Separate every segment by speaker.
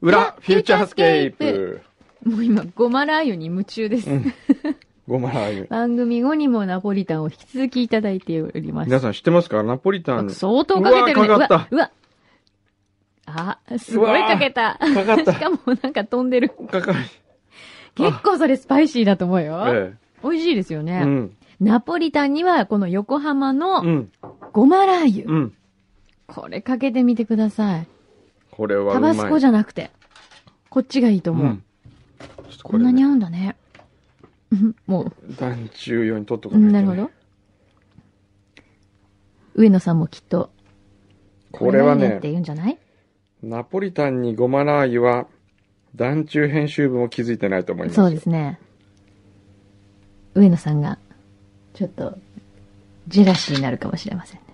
Speaker 1: 裏、フューチャースケープ。
Speaker 2: もう今、ゴマラー油に夢中です。
Speaker 1: うんごまラー油。
Speaker 2: 番組後にもナポリタンを引き続きいただいております。
Speaker 1: 皆さん知ってますかナポリタン。
Speaker 2: 相当かけてるね。
Speaker 1: うわかかった
Speaker 2: うわ。うわあ、すごいかけた。
Speaker 1: かかっ。
Speaker 2: したかもなんか飛んでる。
Speaker 1: かか
Speaker 2: 結構それスパイシーだと思うよ。
Speaker 1: え
Speaker 2: 美味しいですよ
Speaker 1: え。
Speaker 2: ね、
Speaker 1: うん。
Speaker 2: ナポリタンにはこの横浜
Speaker 1: う
Speaker 2: の
Speaker 1: ん。
Speaker 2: ゴマラー油。
Speaker 1: うん。
Speaker 2: これかけてみてください。
Speaker 1: これは
Speaker 2: タ
Speaker 1: うま
Speaker 2: バ
Speaker 1: い。
Speaker 2: スコじゃなくて。こっちがいいと
Speaker 1: う
Speaker 2: 思う。
Speaker 1: ん。ちょっと
Speaker 2: こ
Speaker 1: こ
Speaker 2: んな
Speaker 1: れ
Speaker 2: に合
Speaker 1: ね、
Speaker 2: うんだね。うんもう、
Speaker 1: 団中用に取っとか
Speaker 2: う
Speaker 1: ない
Speaker 2: ん
Speaker 1: と。
Speaker 2: なるほど。。上野さんもきっと、
Speaker 1: これは
Speaker 2: がいいね
Speaker 1: ね
Speaker 2: って、言うんじゃない
Speaker 1: ナポリタンにごまラー油は、団中編集部も気づいてないと思います。
Speaker 2: そうですね。上野さんが、ちょっと、ジェラシーになるかもしれませんね。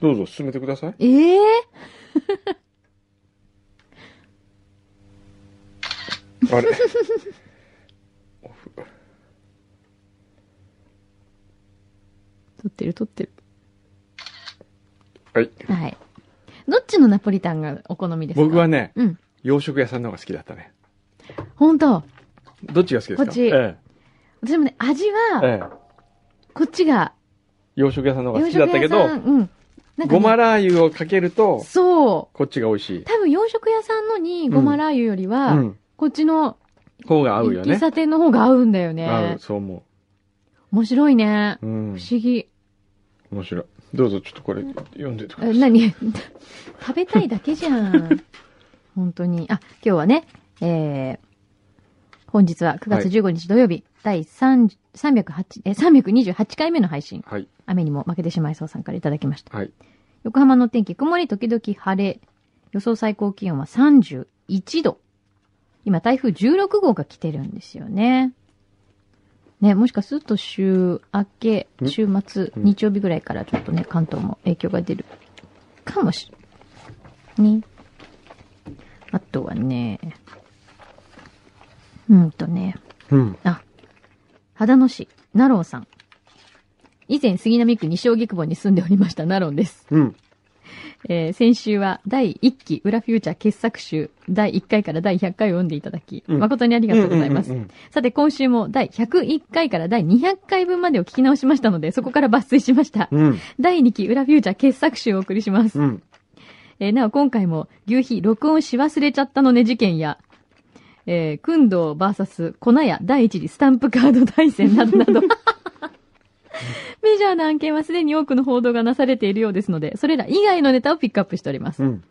Speaker 1: どうぞ進めてください。
Speaker 2: ええ
Speaker 1: あれ。オフ
Speaker 2: 撮ってる撮ってる。
Speaker 1: はい。
Speaker 2: はい。どっちのナポリタンがお好みですか
Speaker 1: 僕はね、
Speaker 2: うん。
Speaker 1: 洋食屋さんの方が好きだったね。
Speaker 2: 本当
Speaker 1: どっちが好きですか
Speaker 2: こっち
Speaker 1: え
Speaker 2: 私もね、味
Speaker 1: え。
Speaker 2: は、
Speaker 1: ええ。
Speaker 2: こっちが、
Speaker 1: 洋食屋さんの方が
Speaker 2: 洋
Speaker 1: 好きだ
Speaker 2: 食
Speaker 1: ったけ
Speaker 2: 屋
Speaker 1: ど
Speaker 2: さ、ん、うん。なんか
Speaker 1: ごま
Speaker 2: ね、
Speaker 1: ラー油をかけると、
Speaker 2: そう。
Speaker 1: こっちが美味しい。
Speaker 2: 多分洋食屋さんのにごまラー油より
Speaker 1: う
Speaker 2: は、
Speaker 1: ん。
Speaker 2: こっちの
Speaker 1: 方が合うよ
Speaker 2: 喫
Speaker 1: ね。
Speaker 2: 茶店の方が合うんだよ
Speaker 1: 合
Speaker 2: ね
Speaker 1: う、。そう思
Speaker 2: 面白いね。
Speaker 1: う。うん
Speaker 2: 不。思議。
Speaker 1: 面白い。どうぞちょっとこれ読んでてくだ
Speaker 2: え
Speaker 1: さい。
Speaker 2: 何 食べたいだけじ ゃん。本当に。あ、今日はね、えー、本日は9月15日土曜日、第3 308えー328回目の配信。
Speaker 1: はい。
Speaker 2: 雨にも負けてしまいそうさんからいただきました。
Speaker 1: はい。
Speaker 2: 横浜の天気、曇り時々晴れ。予想最高気温は31度。今、台風16号が来てるんですよね。ね、もしかすると週明け、
Speaker 1: ん
Speaker 2: 週末、
Speaker 1: うん
Speaker 2: 日曜日ぐらいからちょっとね、関東も影響が出るかもしれね。あとはね、うんとね、
Speaker 1: うん。
Speaker 2: あ、秦野市、奈良さん。以前、杉並区西荻窪に住んでおりました奈良です。
Speaker 1: うん。
Speaker 2: えー先週は第1期裏フューチャー傑作集第1回から第100回を読んでいただき、
Speaker 1: うん
Speaker 2: 誠にあり
Speaker 1: あ
Speaker 2: がとうございます。
Speaker 1: うんうんうん
Speaker 2: さて今週も第101回から第200回分までを聞き直しましたので、そこから抜粋しました。
Speaker 1: うん。
Speaker 2: 第2期裏フューチャー傑作集をお送りします。
Speaker 1: うん。
Speaker 2: えーなお今回も、牛皮録音し忘れちゃったのね事件や、えー、くんどう VS 粉屋第一次スタンプカード対戦などな ど、メジャーな案件はすでに多くの報道がなされているようですので、それら以外のネタをピックアップしております
Speaker 1: う。ん。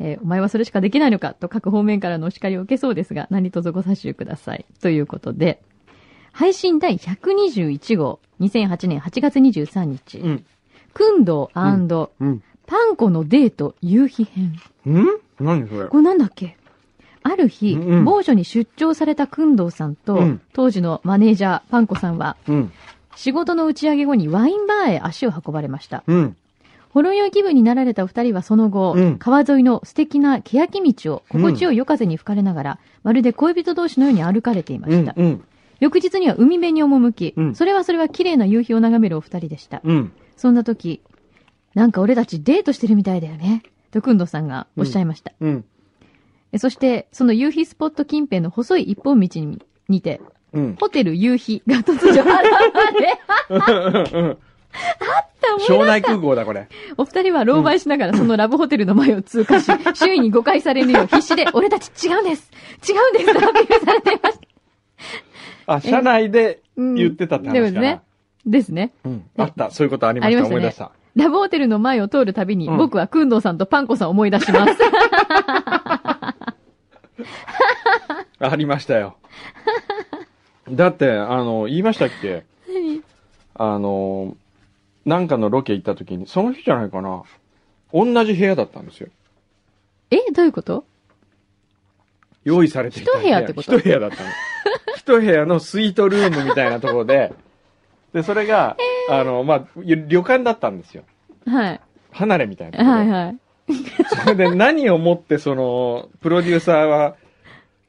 Speaker 2: えーお前はそれしかできないのかと各方面からのお叱りを受けそうですが、何卒ご差しください。ということで、配信第121号、2008年8月23日、
Speaker 1: う。
Speaker 2: うんんどうパ
Speaker 1: うん。
Speaker 2: ンコのデート夕日編。
Speaker 1: うん何それ
Speaker 2: これなんだっけある日、
Speaker 1: うんうん
Speaker 2: 某所に出張されたくんどうさんと、
Speaker 1: うん
Speaker 2: 当時のマネージャー、パンコさんは、
Speaker 1: うん。
Speaker 2: 仕事の打ち上げ後にワインバーへ足を運ばれました。
Speaker 1: うん。
Speaker 2: ほろ酔い気分になられたお二人はその後、
Speaker 1: うん
Speaker 2: 川沿いの素敵な欅道を心地よい夜風に吹かれながら、まるで恋人同士のように歩かれていま
Speaker 1: う
Speaker 2: し
Speaker 1: ん
Speaker 2: た。。
Speaker 1: うん。
Speaker 2: 翌日には海辺に赴き、
Speaker 1: うん
Speaker 2: それはそれは綺麗な夕日を眺めるお二人でした。
Speaker 1: うん。
Speaker 2: そんな時、なんか俺たちデートしてるみたいだよね、とくんどさんがおっしゃいました。
Speaker 1: うん。
Speaker 2: えそして、その夕日スポット近辺の細い一本道ににて、
Speaker 1: うん。
Speaker 2: ホテル夕日が突如現れ、 たもん
Speaker 1: 庄内空港だ、これ。
Speaker 2: お二人は狼狽しながらそのラブホテルの前を通過し、周囲に誤解されるよう必死で、俺たち違うんです違うんですとアピールされていました。
Speaker 1: あ、車内で
Speaker 2: うん
Speaker 1: 言ってたって
Speaker 2: で
Speaker 1: 話
Speaker 2: も
Speaker 1: か
Speaker 2: ね
Speaker 1: な。
Speaker 2: ですね。
Speaker 1: うん。あった。そういうことありま
Speaker 2: あり
Speaker 1: した。
Speaker 2: ましたね
Speaker 1: 思い出した。
Speaker 2: ラブホテルの前を通るたびに、
Speaker 1: うん
Speaker 2: 僕はくんどうさんとパンコさんを思い出します。
Speaker 1: ありました よ。だって、あの、言いましたっけあの、なんかのロケ行った時に、その日じゃないかな。同じ部屋だったんですよ。
Speaker 2: えどういうこと
Speaker 1: 用意されていた
Speaker 2: 一部屋ってこと
Speaker 1: 一部屋だった の。一部屋のスイートルームみたいなところで、で、それが、あの、まあ、旅旅館だったんですよ。
Speaker 2: はい。
Speaker 1: 離れみたいなところで
Speaker 2: はいはい。
Speaker 1: それで何をもってその、プロデューサーは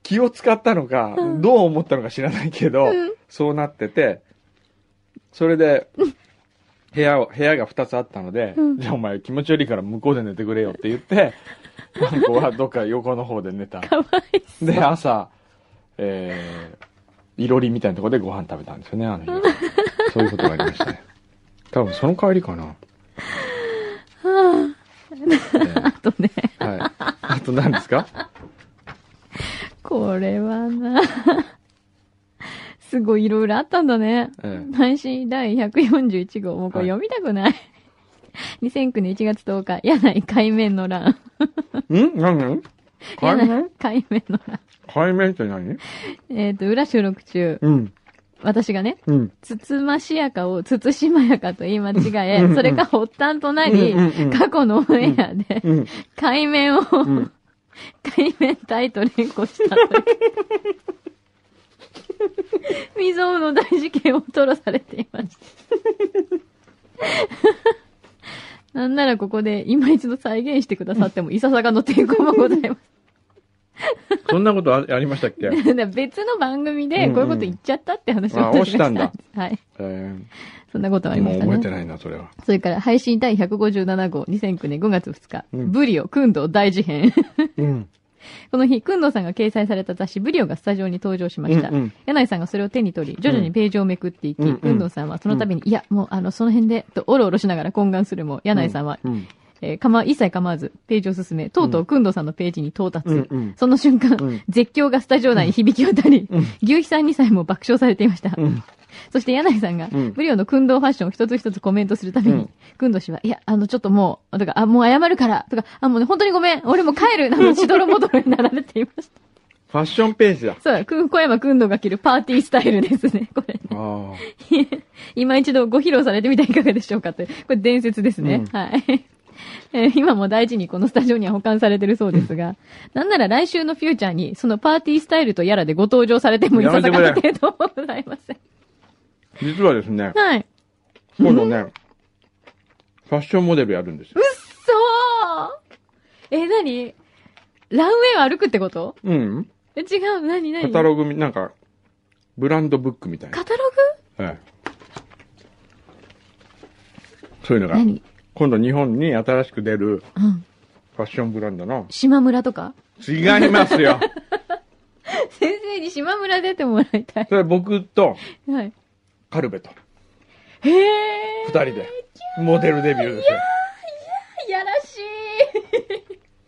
Speaker 1: 気を使ったのか、どう思ったのか知らないけど、そうなってて、それで、部屋を、部屋が2つあったので、
Speaker 2: うん
Speaker 1: じゃあお前気持ち悪いから向こうで寝てくれよって言って、ワンコはどっか横の方で寝た。
Speaker 2: かわいそう。
Speaker 1: で、朝、えー、いろりみたいなところでご飯食べたんですよね、あの日は。そういうことがありましたね。多分その帰りかな。え
Speaker 2: あ
Speaker 1: ー
Speaker 2: とね、
Speaker 1: はい。あと何ですか
Speaker 2: これはな、すごいいろいろあったんだね。
Speaker 1: ええ
Speaker 2: 内心第141号、もうこれ読みたくない。2009年1月10日、柳井海面の乱。
Speaker 1: ん何海
Speaker 2: 柳
Speaker 1: 面
Speaker 2: 井海面の乱。
Speaker 1: 海面って何
Speaker 2: えっ、と、裏収録中、
Speaker 1: うん。
Speaker 2: 私がね、
Speaker 1: うん。
Speaker 2: つつましやかをつつしまやかと言い間違
Speaker 1: うん
Speaker 2: え、それが発端とな
Speaker 1: うん
Speaker 2: り
Speaker 1: うんうん、
Speaker 2: 過去のオンエアで、
Speaker 1: うん。
Speaker 2: 海面を、
Speaker 1: うん。
Speaker 2: 海面タイト連呼したという。未曾有の大事件を吐露されていました。 なんならここで今一度再現してくださってもいささかの抵抗もございま
Speaker 1: そんなことあありましたっけ
Speaker 2: す。だから別の番組でこういうこと言っちゃったって話を
Speaker 1: うんうんあ
Speaker 2: 私が
Speaker 1: したんだ
Speaker 2: です はい。
Speaker 1: え
Speaker 2: そんなことあ
Speaker 1: ー、
Speaker 2: りま
Speaker 1: もう
Speaker 2: した
Speaker 1: 覚えて
Speaker 2: ね。
Speaker 1: ないな、それは。
Speaker 2: それから配信第157号2009年5月2日、
Speaker 1: うん
Speaker 2: ブリオ、クンド大事変。
Speaker 1: うん。
Speaker 2: この日、くんどうさんが掲載された雑誌、ブリオがスタジオに登場しました。
Speaker 1: うんうん
Speaker 2: 柳井さんがそれを手に取り、徐々にページをめくっていき、
Speaker 1: うんうん
Speaker 2: くんどうさんはその度に、いや、もう、あの、その辺で、と、おろおろしながら懇願するも、柳井さんは、
Speaker 1: うん。
Speaker 2: えーかま、一切構わず、ページを進め、とうとうくんどうさんのページに到達。
Speaker 1: うんうん
Speaker 2: その瞬間、
Speaker 1: うん
Speaker 2: 絶叫がスタジオ内に響き渡り、牛肥さんにさえも爆笑されていました。
Speaker 1: うん。
Speaker 2: そして柳井さんが、
Speaker 1: うん
Speaker 2: ブリオの訓導ファッションを一つ一つコメントするために、
Speaker 1: うん
Speaker 2: 訓導氏は、いや、あの、ちょっともう、とか、あ、もう謝るから、とか、あ、もうね、本当にごめん、俺もう帰る、など、しどろもどろになられていました。
Speaker 1: ファッションページだ。
Speaker 2: そうだ、くん、小山訓導が着るパーティースタイルですね、これ。
Speaker 1: ああ。
Speaker 2: 今一度ご披露されてみてはいかがでしょうかという、これ伝説ですね。
Speaker 1: う
Speaker 2: はい。 えー今も大事にこのスタジオには保管されてるそうですが、なんなら来週のフューチャーに、そのパーティースタイルとやらでご登場されてもいささかの
Speaker 1: やめてく
Speaker 2: 程度もございません。
Speaker 1: 実はですね、
Speaker 2: はい。
Speaker 1: 今度ね、ファッションモデルやるんですよ。
Speaker 2: そうえ、なにランウェイを歩くってこと
Speaker 1: うん。
Speaker 2: え、違う、なになに
Speaker 1: カタログみ、なんか、ブランドブックみたいな。
Speaker 2: カタロ
Speaker 1: はい。そういうの
Speaker 2: グ
Speaker 1: が、
Speaker 2: 何
Speaker 1: 今度日本に新しく出る
Speaker 2: うん。
Speaker 1: ファッションブランドの、
Speaker 2: 島村とか
Speaker 1: 違いますよ
Speaker 2: 先生に島村出てもらいたい。
Speaker 1: それ僕と、
Speaker 2: はい。
Speaker 1: カルベと、
Speaker 2: へえ。
Speaker 1: 二人で、モデルデビューですよ。
Speaker 2: いやらし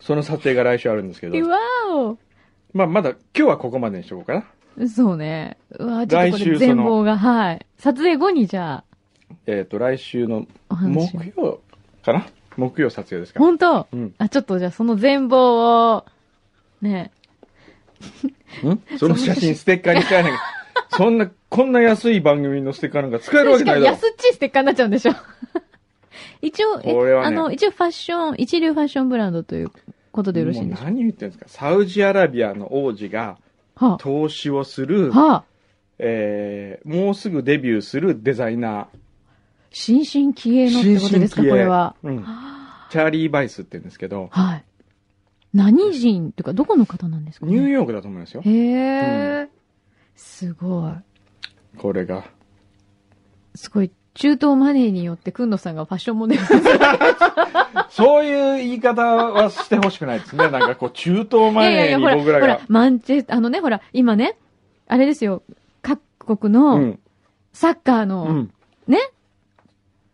Speaker 1: その撮影が来週あるんですけ
Speaker 2: い。
Speaker 1: ど、
Speaker 2: わお。
Speaker 1: まあまだ、今日はここまでにしとこうかな。
Speaker 2: そうね。うわちょっとこ
Speaker 1: 来週
Speaker 2: れ
Speaker 1: その
Speaker 2: 全貌が、はい。撮影後にじゃあ、
Speaker 1: えっ、と、来週の
Speaker 2: お話を
Speaker 1: 木曜かな木曜撮影ですから。
Speaker 2: 本当
Speaker 1: うん。
Speaker 2: あ、ちょっとじゃあその全貌を、ね。
Speaker 1: んその写真ステッカーに使えない。そんな、こんな安い番組のステッカーなんか使えるわけ
Speaker 2: 確
Speaker 1: な
Speaker 2: か
Speaker 1: い
Speaker 2: に
Speaker 1: だろ
Speaker 2: 安。っちいステッカーになっちゃうんでしょ 一応、え
Speaker 1: これはね
Speaker 2: あの、一応ファッション、一流ファッションブランドということでよろしいんでしょ
Speaker 1: もう何言ってんですか。サウジアラビアの王子が
Speaker 2: うかは
Speaker 1: 投資をする
Speaker 2: あ、、はあ、
Speaker 1: えー、もうすぐデビューするデザイナ
Speaker 2: 新進気鋭
Speaker 1: ー。
Speaker 2: のってことですか、
Speaker 1: 新進
Speaker 2: こ
Speaker 1: 気鋭
Speaker 2: れは。
Speaker 1: うん。チャーリー・バイスって言うんですけど、
Speaker 2: はい。何人というか、どこの方なんですか、ね、
Speaker 1: ニューヨークだと思いますよ。
Speaker 2: へえ、すごい。
Speaker 1: これが。
Speaker 2: すごい。中東マネーによって、くんのさんがファッションモデルになる
Speaker 1: そういう言い方はしてほしくないです ね。なんかこう、中東
Speaker 2: いやい
Speaker 1: 前
Speaker 2: やいや、
Speaker 1: に
Speaker 2: ほら、
Speaker 1: 僕ら
Speaker 2: ほら
Speaker 1: が。、
Speaker 2: マンチェス、あのね、ほら、今ね、あれですよ、各国
Speaker 1: う
Speaker 2: の
Speaker 1: ん。
Speaker 2: サッカー
Speaker 1: う
Speaker 2: の、
Speaker 1: ん。
Speaker 2: ね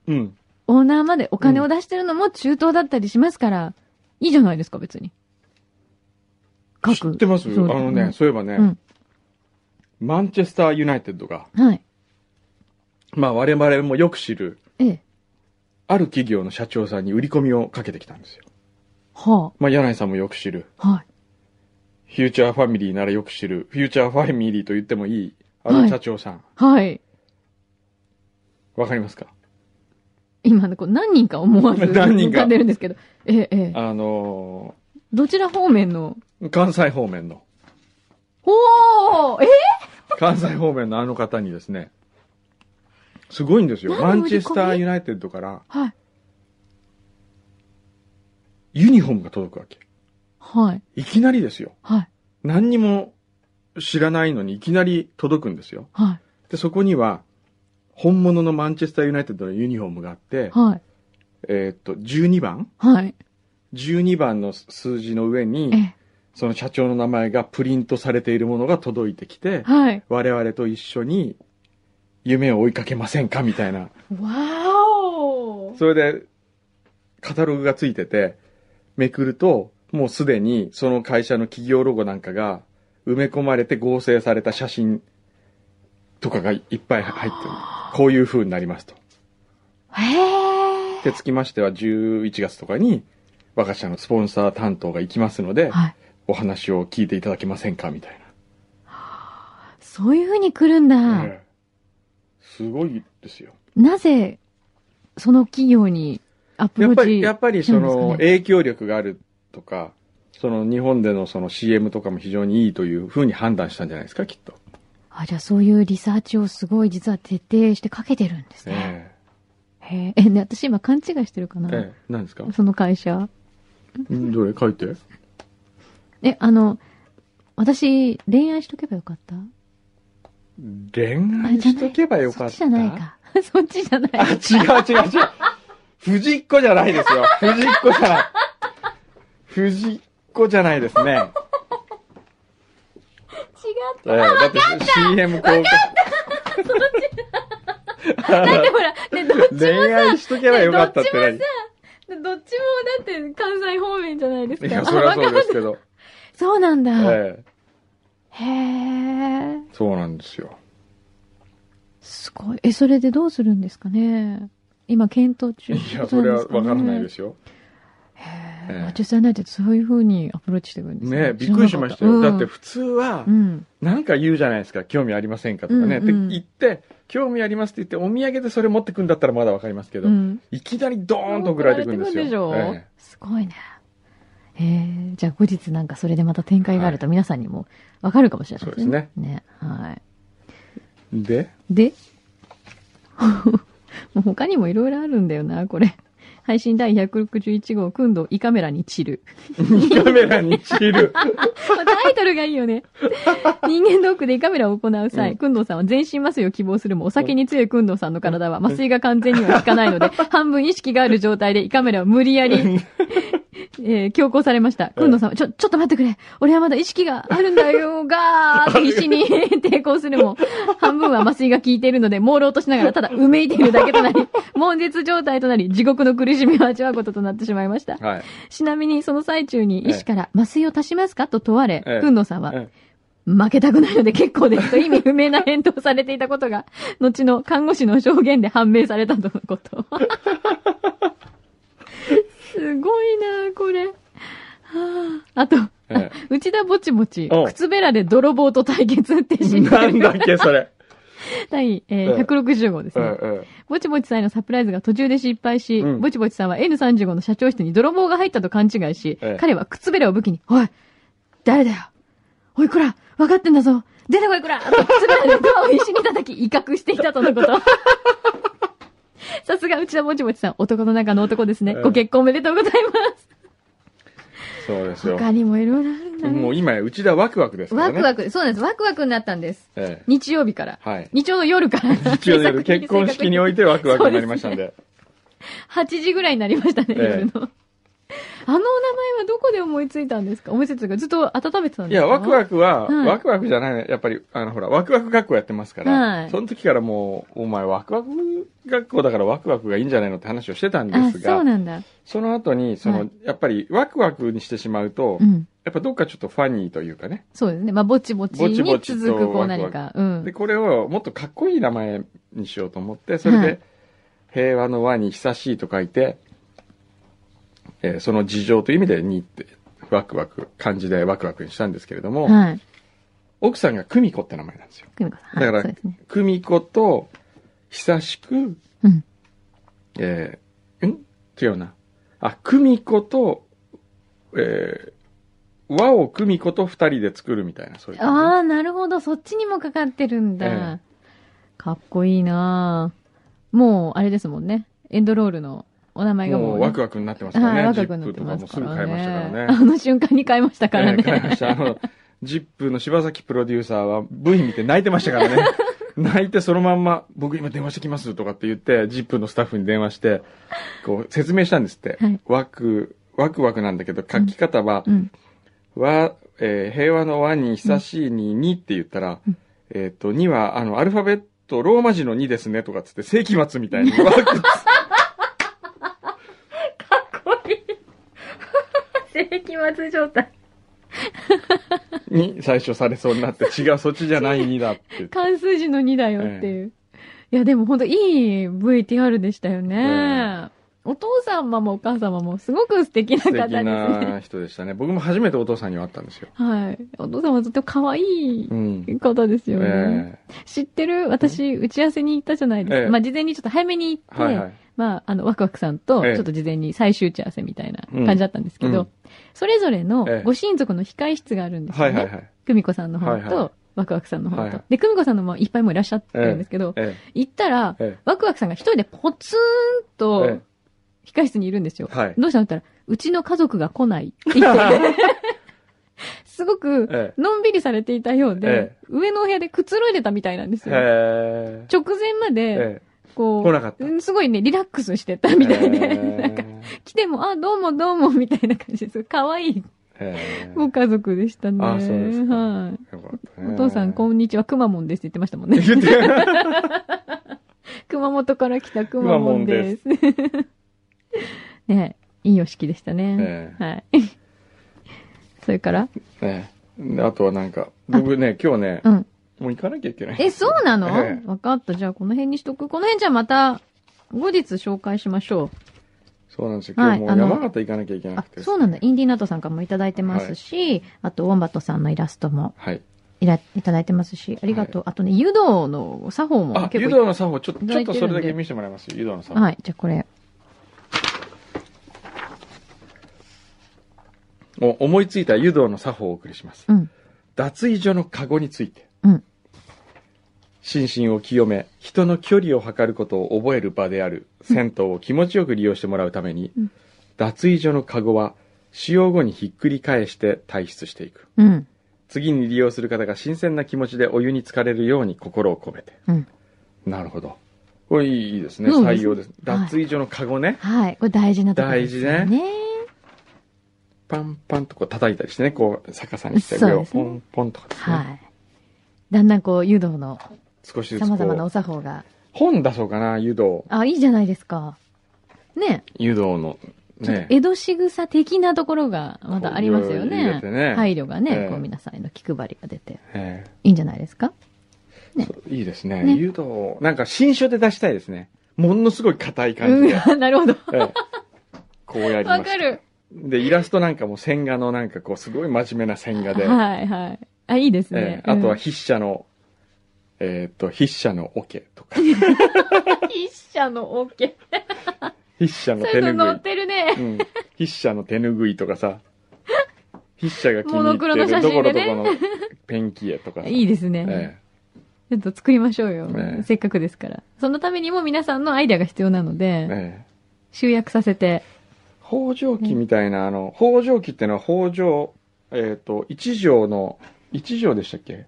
Speaker 1: うん。
Speaker 2: オーナーまでお金を出してるのも中東だったりしますから、いいじゃないですか、別に。各
Speaker 1: 知ってますあ
Speaker 2: そうだ
Speaker 1: のね、そういえばね、
Speaker 2: うん
Speaker 1: マンチェスター・ユナイテッドが、
Speaker 2: うんはい。
Speaker 1: まあ我々もよく知る、
Speaker 2: ええ。
Speaker 1: ある企業の社長さんに売り込みをかけてきたんですよ。
Speaker 2: は
Speaker 1: まあ柳井さんもよく知る、
Speaker 2: あ。はい。
Speaker 1: フューチャーファミリーならよく知る、フューチャーファミリーと言ってもいい、あの社長さん。わ、
Speaker 2: はい。
Speaker 1: かりますか
Speaker 2: 今のこう何人か思わず
Speaker 1: 何人
Speaker 2: 浮
Speaker 1: か
Speaker 2: かんでるんですけど。ええ、ええ。
Speaker 1: あの
Speaker 2: どちら方面の
Speaker 1: ー関西方面の、
Speaker 2: おーえ
Speaker 1: 関西方面のあの方にですね、すごいんですよ。マ
Speaker 2: 何の
Speaker 1: ン
Speaker 2: 売
Speaker 1: チ
Speaker 2: り込み
Speaker 1: ェスター・ユナイテッドから
Speaker 2: はい。
Speaker 1: ユニフォームが届くわけ。
Speaker 2: はい。
Speaker 1: いきなりですよ。
Speaker 2: はい。
Speaker 1: 何にも知らないのにいきなり届くんですよ。
Speaker 2: はい。
Speaker 1: で、そこには、本物のマンチェスターユナイテッドのユニフォームがあって、
Speaker 2: はい。
Speaker 1: えーっと、12番
Speaker 2: はい。
Speaker 1: ?12 番の数字の上
Speaker 2: え
Speaker 1: に、
Speaker 2: え。
Speaker 1: その社長の名前がプリントされているものが届いてきて、
Speaker 2: はい。
Speaker 1: 我々と一緒に夢を追いかけませんかみたいな。
Speaker 2: わお
Speaker 1: それで、カタログがついてて、めくると、もうすでにその会社の企業ロゴなんかが埋め込まれて合成された写真とかがいっぱい入ってる。こういう風になりますと。
Speaker 2: へえ。
Speaker 1: で、つきましては11月とかに、若社のスポンサー担当が行きますので、
Speaker 2: はい。
Speaker 1: お話を聞いていただけませんかみたい
Speaker 2: そういう風に来るん
Speaker 1: な。
Speaker 2: だ。
Speaker 1: ええすごいですよ。
Speaker 2: なぜ、その企業にアプ
Speaker 1: や
Speaker 2: ロ
Speaker 1: っ
Speaker 2: ー
Speaker 1: ぱ
Speaker 2: チ。
Speaker 1: り、やっぱりそ
Speaker 2: なんです
Speaker 1: の
Speaker 2: かね
Speaker 1: 影響力があるとか、その日本でのその CM とかも非常にいいというふうに判断したんじゃないですか、きっと。
Speaker 2: あ、じゃあそういうリサーチをすごい実は徹底してかけてるんですね。
Speaker 1: え
Speaker 2: へえ。え、ね、私今勘違いしてるか
Speaker 1: え
Speaker 2: な、
Speaker 1: ええ何ですか
Speaker 2: その会社。
Speaker 1: んどれ書いて
Speaker 2: え、あの、私、恋愛しとけばよかった
Speaker 1: 恋愛しとけばよかった。
Speaker 2: そっちじゃないか。そっちじゃない。
Speaker 1: あ、違う違う違う。藤っ子じゃないですよ。藤っ子じゃない。藤っ子じゃないですね。え
Speaker 2: 違
Speaker 1: えだって CM 公開。
Speaker 2: う。だってほら、ね、どっちも
Speaker 1: 恋愛しとけばよかったって何
Speaker 2: どっちもだって関西方面じゃないですか。
Speaker 1: いや、それは
Speaker 2: あわ
Speaker 1: そう
Speaker 2: かんな
Speaker 1: で
Speaker 2: い
Speaker 1: すけど。
Speaker 2: そうなんだ。
Speaker 1: ええ
Speaker 2: へえ。
Speaker 1: そうなんですよ。
Speaker 2: すごい。え、それでどうするんですかね今、検討中。
Speaker 1: いや、それはわからないですすよ。
Speaker 2: かね。へ
Speaker 1: え
Speaker 2: え。
Speaker 1: え
Speaker 2: マチュさんなんてそういう風にアプローチしてくるんです
Speaker 1: ねえ、びっくりしましたよ。だって
Speaker 2: て、
Speaker 1: 普通は
Speaker 2: う、ん。
Speaker 1: なんか言うじゃないですか、興味ありませんかとかね。
Speaker 2: うんうん
Speaker 1: って言って、興味ありますって言って、お土産でそれ持ってくんだったらまだわかりますけど、
Speaker 2: うん。
Speaker 1: いきなりドーンと送られてくるんですよ。
Speaker 2: 送られてくるでしょ
Speaker 1: え
Speaker 2: すごいね。へえ。じゃあ、後日なんかそれでまた展開があると皆さんにもわかるかもしれないですね。そうですね。ね。はい。
Speaker 1: えで、
Speaker 2: で、 もう他にもいろいろあるんだよな、これ。配信第161号、くんど胃カメラに散る。
Speaker 1: 2カメラに散る。
Speaker 2: まあタイトルがいいよ ね。人間ドックで胃カメラを行う際、
Speaker 1: うん
Speaker 2: くんどうさんは全身麻酔を希望するも、お酒に強いくんどうさんの体は麻酔が完全には効かないの で、半分意識がある状態で胃カメラを無理やり、 えー強行されました。くんどうさんは、ちょ、ちょっと待ってくれ。俺はまだ意識があるんだよ、 がーって必死に抵抗するも、半分は麻酔が効いているので、朦朧としながらただうめいているだけとな り、悶絶状態となり、地獄の苦しみを味わうこととなってしまいました。
Speaker 1: はい。
Speaker 2: ちなみに、その最中に
Speaker 1: ええ
Speaker 2: 医師から麻酔を足しますかと問われ
Speaker 1: ええ、
Speaker 2: くんのさんは、
Speaker 1: え
Speaker 2: 負けたくないので結構ですと意味不明な返答をされていたことが、後の看護師の証言で判明されたとの こと。すごいなあこれ。はあ、あと、
Speaker 1: ええ
Speaker 2: 内田ぼちぼち
Speaker 1: お、う
Speaker 2: 靴べらで泥棒と対決って
Speaker 1: え
Speaker 2: 知
Speaker 1: なんだっけ、それ。
Speaker 2: 第、えー
Speaker 1: ええ
Speaker 2: 160号です
Speaker 1: え
Speaker 2: ね。
Speaker 1: え
Speaker 2: ぼちぼちさんへのサプライズが途中で失敗し、
Speaker 1: うん
Speaker 2: ぼちぼちさんは N35 の社長室に泥棒が入ったと勘違いし、
Speaker 1: ええ
Speaker 2: 彼は靴べらを武器に、おい誰だよおい、こら分かってんだぞ出てこい、こらと靴べらでドアを一緒に叩き、威嚇していたとのこと。 さすが、内田ぼちぼちさん、男の中の男ですね
Speaker 1: え。え
Speaker 2: ご結婚おめでとうございます。
Speaker 1: そうですよ。
Speaker 2: 他にもいろいろあるんだね。
Speaker 1: もう今や、うちだワクワクですか
Speaker 2: ワ
Speaker 1: ら
Speaker 2: ク
Speaker 1: ね。
Speaker 2: ワク、そうなんです。ワクワクになったんです。
Speaker 1: え
Speaker 2: 日曜日から。
Speaker 1: えはい。
Speaker 2: 日曜の夜から。
Speaker 1: 一応 ね、結婚式においてワクワクになりましたんで。
Speaker 2: 8時ぐらいになりましたね、
Speaker 1: ええ
Speaker 2: 夜の。あ のお名前はどこで思いついたんですか思いついたというかずっと温めてたん
Speaker 1: い
Speaker 2: ですか
Speaker 1: や、ワクワ
Speaker 2: ク。
Speaker 1: クは、
Speaker 2: はい
Speaker 1: ワクワクじゃないね。やっぱり、あの、ほら、ワクワク学校やってますから、
Speaker 2: はい
Speaker 1: その時からもう、お前ワクワク学校だからワクワクがいいんじゃないのって話をしてたんで
Speaker 2: あ、
Speaker 1: す
Speaker 2: そう
Speaker 1: が、
Speaker 2: なんだ。
Speaker 1: その後に、その、
Speaker 2: はい
Speaker 1: やっぱりワクワクにしてしまうと、
Speaker 2: うん。
Speaker 1: やっぱどっかちょっとファニーというかね。
Speaker 2: そうですね。まあ、ぼちぼち
Speaker 1: ぼちぼ
Speaker 2: に
Speaker 1: ちと
Speaker 2: 続く、こう
Speaker 1: ワクワク
Speaker 2: 何か。うん
Speaker 1: で、。これをもっとかっこいい名前にしようと思って、それで、
Speaker 2: はい
Speaker 1: 平和の和に久しいと書いて、えーその事情という意味で、にって、ワクワク、漢字でワクワクにしたんですけれども、
Speaker 2: はい。
Speaker 1: 奥さんが久美子って名前なんですよ。
Speaker 2: 久美子さん。
Speaker 1: だか
Speaker 2: は
Speaker 1: ら
Speaker 2: い、そうですね。
Speaker 1: 久美子と、久しく、
Speaker 2: うん。
Speaker 1: えー、ん違うな。あ、久美子と、えー、和を久美子と二人で作るみたいな、そういう感
Speaker 2: ああ、なるほど。そっちにもかかってるんだ。
Speaker 1: え
Speaker 2: かっこいいなあもう、あれですもんね。エンドロールのお名
Speaker 1: じ。
Speaker 2: 前が
Speaker 1: も
Speaker 2: もう
Speaker 1: う
Speaker 2: ね、
Speaker 1: ワクワクになってますから
Speaker 2: はい、
Speaker 1: ね。
Speaker 2: 若くなってます
Speaker 1: も
Speaker 2: か
Speaker 1: すぐ
Speaker 2: ら
Speaker 1: 変えましたから
Speaker 2: ね。
Speaker 1: ね。
Speaker 2: あの瞬間に変えましたから
Speaker 1: えー変え
Speaker 2: ね。
Speaker 1: ました。あの、ジップの柴崎プロデューサーは V 見て泣いてましたからね。泣いてそのまんま、僕今電話してきますとかって言って、ジップのスタッフに電話して、こう説明したんですって。
Speaker 2: はい
Speaker 1: ワク、ワクワクなんだけど、書き方は、
Speaker 2: うん。
Speaker 1: わ、えー平和の和に久しいに2って言ったら、
Speaker 2: うん
Speaker 1: えっ、と、2は、あの、アルファベット、ローマ字の2ですねとかっつって、世紀末みたいに、ワクっつって
Speaker 2: かっこいい。 世紀末状態。
Speaker 1: に最初されそうになって、違う、そっちじゃない2だって言って。
Speaker 2: 関数字の2だよっていう。いや、でも本当いい VTR でしたよね。
Speaker 1: え
Speaker 2: お父様もお母様もすごく素敵な
Speaker 1: 素
Speaker 2: 方
Speaker 1: 敵
Speaker 2: ですね。
Speaker 1: な人で したね。僕も初めてお父さんには会ったんですよ。
Speaker 2: はい。お父様とっても可愛い
Speaker 1: うん。
Speaker 2: 方ですよね。
Speaker 1: え
Speaker 2: 知ってる私、打ち合わせに行ったじゃないですか。
Speaker 1: ええ
Speaker 2: まあ、事前にちょっと早めに行っ
Speaker 1: え
Speaker 2: て、
Speaker 1: はいはい。
Speaker 2: まあ、あの、ワクワクさんと、
Speaker 1: ええ
Speaker 2: ちょっと事前に最終打ち合わせみたいな感じだったんですけど、
Speaker 1: うんうん
Speaker 2: それぞれの
Speaker 1: ええ
Speaker 2: ご親族の控え室があるんですよ
Speaker 1: は
Speaker 2: ね。
Speaker 1: いはいはい。
Speaker 2: 久美子さんの方と、
Speaker 1: はいはい
Speaker 2: ワクワクさんの方と。
Speaker 1: はいはい
Speaker 2: で、久美子さんのもいっぱいもういらっしゃってるんですけど、
Speaker 1: え
Speaker 2: 行ったら、
Speaker 1: ええ
Speaker 2: ワクワクさんが一人でポツン
Speaker 1: え
Speaker 2: と
Speaker 1: え
Speaker 2: 控室にいるんですよ。
Speaker 1: えはい。
Speaker 2: どうしたのって言ったら、うちの家族が来ないって 言って、すごく、
Speaker 1: え
Speaker 2: のんびりされていたようで
Speaker 1: え、
Speaker 2: 上のお部屋でくつろいでたみたいなんです
Speaker 1: え
Speaker 2: よ。
Speaker 1: へえ
Speaker 2: 直前まで、
Speaker 1: ええ
Speaker 2: こう、
Speaker 1: 来なかった
Speaker 2: うんすごいね、リラックスしてたみたいで、なんか、来ても、あ、どうもどうも、みたいな感じです。可愛い
Speaker 1: へえ
Speaker 2: ご家族でしたね。
Speaker 1: あそうですか
Speaker 2: はい。
Speaker 1: よかったね
Speaker 2: お父さん、こんにちは、くまモンですって言ってました もんね。
Speaker 1: 言って
Speaker 2: 熊本から来たくまモンです。 ねいいお式でした ね。はい。それから
Speaker 1: ねであとはなんか、僕ね、今日ね
Speaker 2: う、ん。
Speaker 1: もう行かなきゃいけない。
Speaker 2: え、そうなのわ、
Speaker 1: ええ
Speaker 2: かった。じゃあ、この辺にしとく。この辺じゃあまた、後日紹介しましょ
Speaker 1: そうなんですよ。今
Speaker 2: はい
Speaker 1: 日もう
Speaker 2: あの
Speaker 1: 山形行かなきゃいけ
Speaker 2: う。
Speaker 1: な
Speaker 2: あ
Speaker 1: くて。、
Speaker 2: そうなんだ。。インディーナートさんからもいただいてますし、あと、ウォンバットさんのイラストも
Speaker 1: はい。
Speaker 2: いらいただいてますし、ありがとう。あとね、湯道の作法も
Speaker 1: あ、
Speaker 2: 結
Speaker 1: 湯
Speaker 2: 構
Speaker 1: 道の作法、ちょっと、
Speaker 2: いた
Speaker 1: ち
Speaker 2: だ
Speaker 1: ょ
Speaker 2: い
Speaker 1: ってと
Speaker 2: るんで
Speaker 1: それだけ見せてもらいますよ。湯道の作法。
Speaker 2: はい。じゃあ、これ。
Speaker 1: お思いついた湯道の作法をお送りします。
Speaker 2: うん。
Speaker 1: 脱衣所のカゴについて。
Speaker 2: うん
Speaker 1: 心身を清め、人の距離を測ることを覚える場である銭湯を気持ちよく利用してもらうために、
Speaker 2: うん
Speaker 1: 脱衣所のカゴは使用後にひっくり返して退出していく。
Speaker 2: うん。
Speaker 1: 次に利用する方が新鮮な気持ちでお湯に浸かれるように心を込めて。
Speaker 2: うん。
Speaker 1: なるほど。これいいいいですね。
Speaker 2: そうです
Speaker 1: 採用です。
Speaker 2: はい
Speaker 1: 脱衣所のカゴね。
Speaker 2: はい。これ大事なところですよ
Speaker 1: 大事
Speaker 2: ね。
Speaker 1: パンパンとこう叩いたりしてね、こう逆さにして
Speaker 2: そう
Speaker 1: 上を
Speaker 2: ですね
Speaker 1: ポンポンとかですね。
Speaker 2: はい。だんだんこう、湯道の
Speaker 1: 少しずつこ
Speaker 2: 様々なお
Speaker 1: う、
Speaker 2: 作法が。
Speaker 1: 本出そうかな、湯道。
Speaker 2: あ、いいじゃないですか。ね。
Speaker 1: 湯道の
Speaker 2: ちょっと
Speaker 1: ね。
Speaker 2: 江戸仕草的なところがまだありますよ
Speaker 1: こういろいろ入れ
Speaker 2: ね。
Speaker 1: てね
Speaker 2: 配慮が
Speaker 1: え
Speaker 2: ね
Speaker 1: え、
Speaker 2: こう皆さんへの気配りが出て。
Speaker 1: え
Speaker 2: いいんじゃないですか
Speaker 1: え
Speaker 2: ね
Speaker 1: そういいですね。
Speaker 2: ね
Speaker 1: 湯道、なんか新書で出したいですね。ものすごい硬いう感じで。
Speaker 2: ん、 なるほど。
Speaker 1: ええこうやりま
Speaker 2: わ
Speaker 1: した
Speaker 2: か。る。
Speaker 1: で、イラストなんかも線画のなんかこう、すごい真面目な線画で。
Speaker 2: はいはい。あ、いいですね
Speaker 1: え。えあと
Speaker 2: う
Speaker 1: は
Speaker 2: ん、
Speaker 1: 筆者の、えーっと、筆者の桶と か、
Speaker 2: 筆者のオケ。
Speaker 1: 筆者
Speaker 2: そ
Speaker 1: の
Speaker 2: うい
Speaker 1: 手
Speaker 2: うの載
Speaker 1: 拭
Speaker 2: ってる ね。
Speaker 1: い。うん。筆者の手拭いとかさ、筆者が気に入
Speaker 2: モノクロの
Speaker 1: って
Speaker 2: 写
Speaker 1: るどこ
Speaker 2: 真で
Speaker 1: ろど
Speaker 2: ね
Speaker 1: このペンキ絵とかさ。
Speaker 2: いいですね。
Speaker 1: え
Speaker 2: ちょっと作りましょうよ
Speaker 1: ええ。
Speaker 2: せっかくですから。そのためにも皆さんのアイデアが必要なの
Speaker 1: え
Speaker 2: で、
Speaker 1: ええ
Speaker 2: 集約させて。
Speaker 1: 北条記みたいな、あの、北条記ってのは北条、えーっ、と、一条の、一条でしたっけ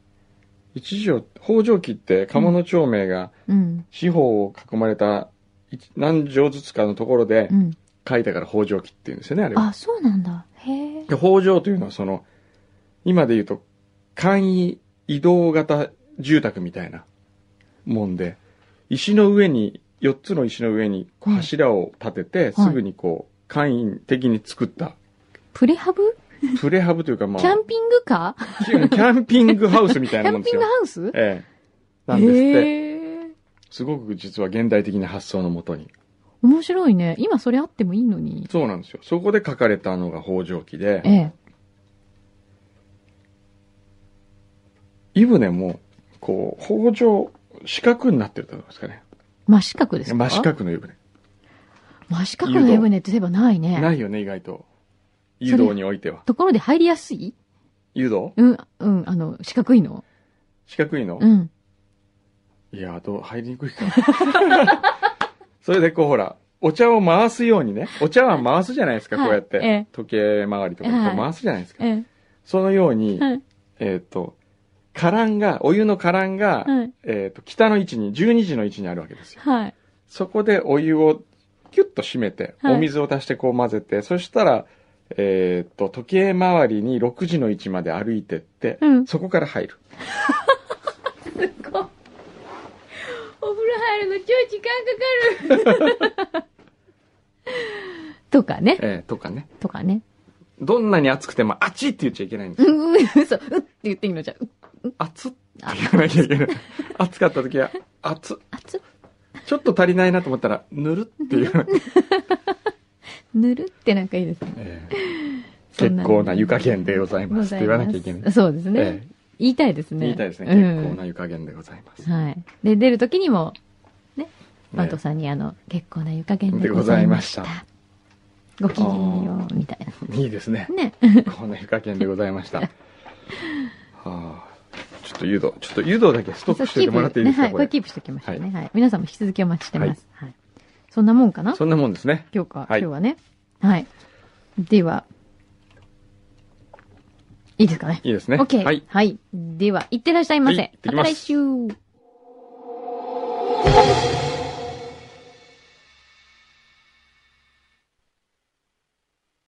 Speaker 1: 一条、北条記って鴨の町名が
Speaker 2: うん。
Speaker 1: 四方を囲まれた一何条ずつかのところで
Speaker 2: うん。
Speaker 1: 書いたから北条記っていうんですよね、あれは。
Speaker 2: あ、そうなんだ。へえ。
Speaker 1: で北条というのはその、今で言うと、簡易移動型住宅みたいなもんで、石の上に、4つの石の上にこう
Speaker 2: はい
Speaker 1: 柱を立てて、
Speaker 2: はい
Speaker 1: すぐにこう、簡易的に作った、
Speaker 2: プレハブ
Speaker 1: プレハブというかまあ、
Speaker 2: キャンピングカー
Speaker 1: キャンキャンピングハウスみたい
Speaker 2: キ
Speaker 1: な
Speaker 2: ャ
Speaker 1: もん
Speaker 2: ン
Speaker 1: で
Speaker 2: ピ
Speaker 1: す
Speaker 2: ン
Speaker 1: よ
Speaker 2: グ。ハウス
Speaker 1: ええ。なんですって。
Speaker 2: へえ。
Speaker 1: すごく実は現代的な発想のもとに。
Speaker 2: 面白いね。今それあってもいいのに。
Speaker 1: そうなんですよ。そこで書かれたのが北条記で
Speaker 2: え、え。
Speaker 1: 湯船も、こう、北条、四角になってると思いますかね。
Speaker 2: 真四角ですか
Speaker 1: 真四。角の湯船。
Speaker 2: 真四角の湯船ってそういえばないね。
Speaker 1: ないよね、意外と。誘導においては。
Speaker 2: ところで入りやすい
Speaker 1: 誘導
Speaker 2: うん、うん、あの、四角いの
Speaker 1: 四角いの、
Speaker 2: うん。
Speaker 1: いや、どう、入りにくいか な。それで、こう、ほら、お茶を回すようにね。お茶は回すじゃないですか、
Speaker 2: はい
Speaker 1: こうやって。
Speaker 2: ええ
Speaker 1: 時計回りとか、こう
Speaker 2: はい
Speaker 1: 回すじゃないですか。
Speaker 2: ええ。
Speaker 1: そのように、
Speaker 2: はい
Speaker 1: えーっと、カランが、お湯のカランが、
Speaker 2: はい。
Speaker 1: えっ、と、北の位置に、12時の位置にあるわけですよ。
Speaker 2: はい。
Speaker 1: そこでお湯をキュッと締めて、
Speaker 2: はい
Speaker 1: お水を足してこう混ぜて、そしたら、えっ、と、時計回りに6時の位置まで歩いてって、
Speaker 2: うん
Speaker 1: そこから入る。
Speaker 2: すごい。お風呂入るの超時間かかる。 とかね。
Speaker 1: えーとかね。
Speaker 2: とかね。
Speaker 1: どんなに暑くても、あっちって言っちゃいけないんですよ。
Speaker 2: うん、うん、嘘。うっって言っていいのじゃあ。うっ
Speaker 1: 暑って言わなきゃいけない。暑かった時は、暑っ。
Speaker 2: 熱っ。
Speaker 1: ちょっと足りないなと思ったら、ぬるっていう。
Speaker 2: ぬるってなんかいいですね。
Speaker 1: えー 結構な湯加減でござい
Speaker 2: ご
Speaker 1: ますっ
Speaker 2: ざ
Speaker 1: て
Speaker 2: い
Speaker 1: 言
Speaker 2: ま
Speaker 1: わな
Speaker 2: す
Speaker 1: きゃいけない。
Speaker 2: そうですね。
Speaker 1: えー
Speaker 2: 言いたいですね。
Speaker 1: 言いたいですね。
Speaker 2: う
Speaker 1: 結構
Speaker 2: ん
Speaker 1: な湯加減でございます。
Speaker 2: はい。で、出るときにも、バント
Speaker 1: ね
Speaker 2: さんにあの、結構な湯加減で
Speaker 1: で
Speaker 2: ご
Speaker 1: ご
Speaker 2: ざ
Speaker 1: ざ
Speaker 2: い
Speaker 1: い
Speaker 2: ま
Speaker 1: ま
Speaker 2: し
Speaker 1: したた。
Speaker 2: ごきげんよう、みたい
Speaker 1: いいです ね
Speaker 2: な。。ね。
Speaker 1: こんな湯加減でございました。はあ、ちょっと湯道、ちょっと湯道だけストッ
Speaker 2: そう
Speaker 1: クしててもらっていいです
Speaker 2: キ
Speaker 1: か、
Speaker 2: ープねはい、
Speaker 1: こ
Speaker 2: これ
Speaker 1: れ
Speaker 2: キ。ープしておきましょうね。はい。皆さんも引き続きお待ちしてます。はい。そんなもんかな
Speaker 1: そんなもんですね。
Speaker 2: 今日か、今
Speaker 1: はい
Speaker 2: 日はね。はい。では、いいですかね。
Speaker 1: いいですね。
Speaker 2: オッケー。
Speaker 1: はい。
Speaker 2: はい。では、いってらっしゃいませ。
Speaker 1: はいいってき
Speaker 2: ま
Speaker 1: ま
Speaker 2: た
Speaker 1: す
Speaker 2: 来週。